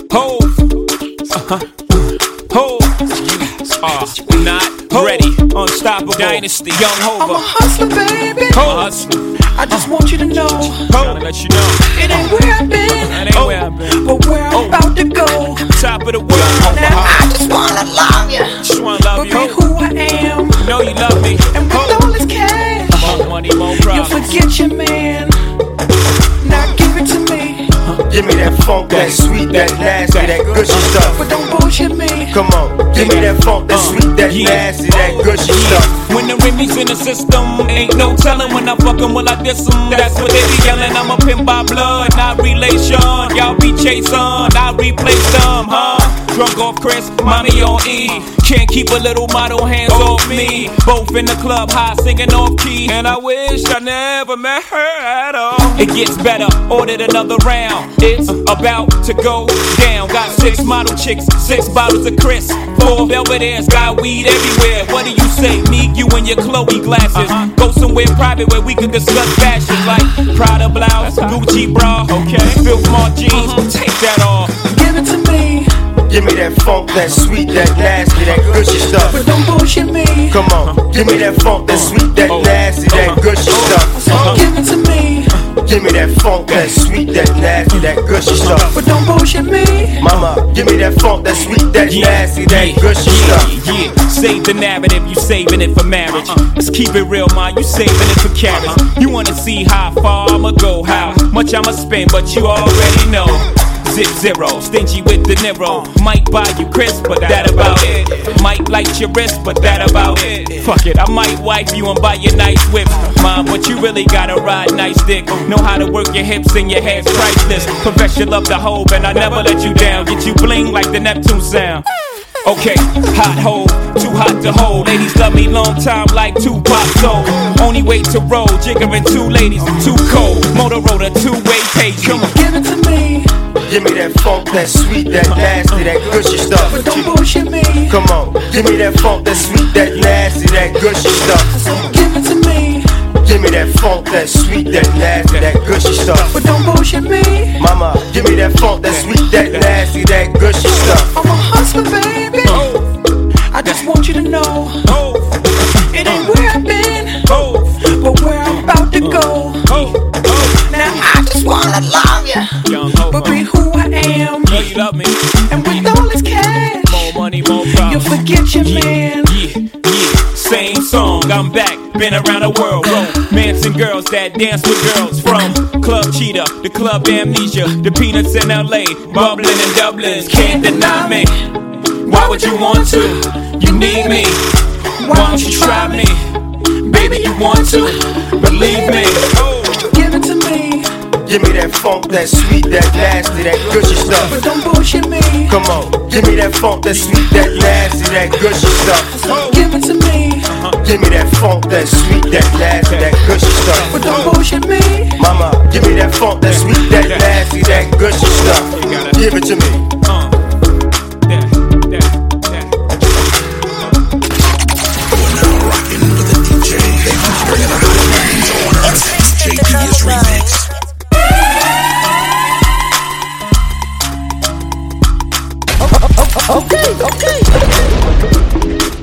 huh. Uh-huh. Ho, you are not ready. Unstoppable dynasty, young I'm a Hova. hustler, baby. Ho, ho, I just want you to know gotta let you know. it ain't where That I've been, ain't where I've been. but where I'm about to go. Top of the world, Hova. Now ho. I just wanna love you Just wanna love for you. being who I am, Know you love me. and Ho, with all this cash, more money, more you'll problems. forget your man. Now give it to me, Give me that funk, that sweet, that nasty, that good stuff. but don't bullshit me. Come on, give me that funk, Uh, that sweet, that nasty, that good stuff. When the Remy's in the system, ain't no telling when I fuck 'em, will I diss 'em? That's what they be yelling. I'm a pimp by blood, not relation. Y'all be chasing, I replace them, huh? Drunk off Chris, mommy on E. Can't keep a little model hands off Oh, me. Both in the club, high singing off key. And I wish I never met her at all. It gets better, ordered another round. It's about to go down. Got six model chicks, six bottles of Chris, four Belvedere's, got weed everywhere. What do you say, me, you and your Chloe glasses? Go somewhere private where we can discuss fashion like Prada blouse, Gucci bra, okay? Bill Smart jeans, take that off. Give it to me, Give me that funk, that sweet, that nasty, that but good stuff. don't bullshit me. Come on, give me that funk, that sweet, that nasty, that good stuff. So give it to me, Give me that funk, that sweet, that nasty, that good stuff. but don't bullshit me. Mama, give me that funk, that sweet, that nasty, that good stuff. Yeah, yeah. Save the narrative, you saving it for marriage. Let's keep it real, man, you saving it for carrots. You wanna see how far I'ma go, how much I'ma spend, but you already know. Zip zero, stingy with De Niro. Might buy you crisp, but that about it. Might light your wrist, but that about it. Fuck it, I might wipe you and buy you nice whip. Mom, but you really gotta ride nice dick. Know how to work your hips and your hands priceless. Confess you love the hope, and I never let you down. Get you bling like the Neptune sound. Okay, hot hole, too hot to hold. Ladies love me long time like two pop soul. Only way to roll, jiggering two ladies, too cold. Motorola, two way page. Come on, Give it to me, Give me that funk, that sweet, that nasty, that good but don't stuff. bullshit me. Come on, give me that funk, that sweet, that nasty, that good stuff. So give it to me, Give me that funk, that sweet, that nasty, that good stuff. but don't bullshit me. Mama, give me that funk, that sweet, that nasty, that good stuff. I'm a hustler, baby. oh, I just want you to know oh, it ain't where I've been, oh, but where I'm about to go. oh, oh. Now I just wanna love you, Young ho, but be who I am. know you love me. And with all this cash, More money, more you'll problems. forget your man. Yeah, yeah, same song. I'm back, been around the world. Romance and girls that dance with girls from Club Cheetah, the Club Amnesia, the Peanuts in LA, bubbling in Dublin. Can't deny me. Why would you want to? You need me. Why don't you try me? Baby, you want to? Believe me. Oh, Give it to me, Give me that funk, that sweet, that nasty, that good but stuff. don't bullshit me. Come on, give me that funk, that sweet, that nasty, that good stuff. Give it to me, Give me that funk, that sweet, that nasty, that good but stuff. don't bullshit me. Mama, give me that funk, that sweet, that nasty, that good stuff. Give it to me. uh, that, that, that. JP is remixed. Okay, okay.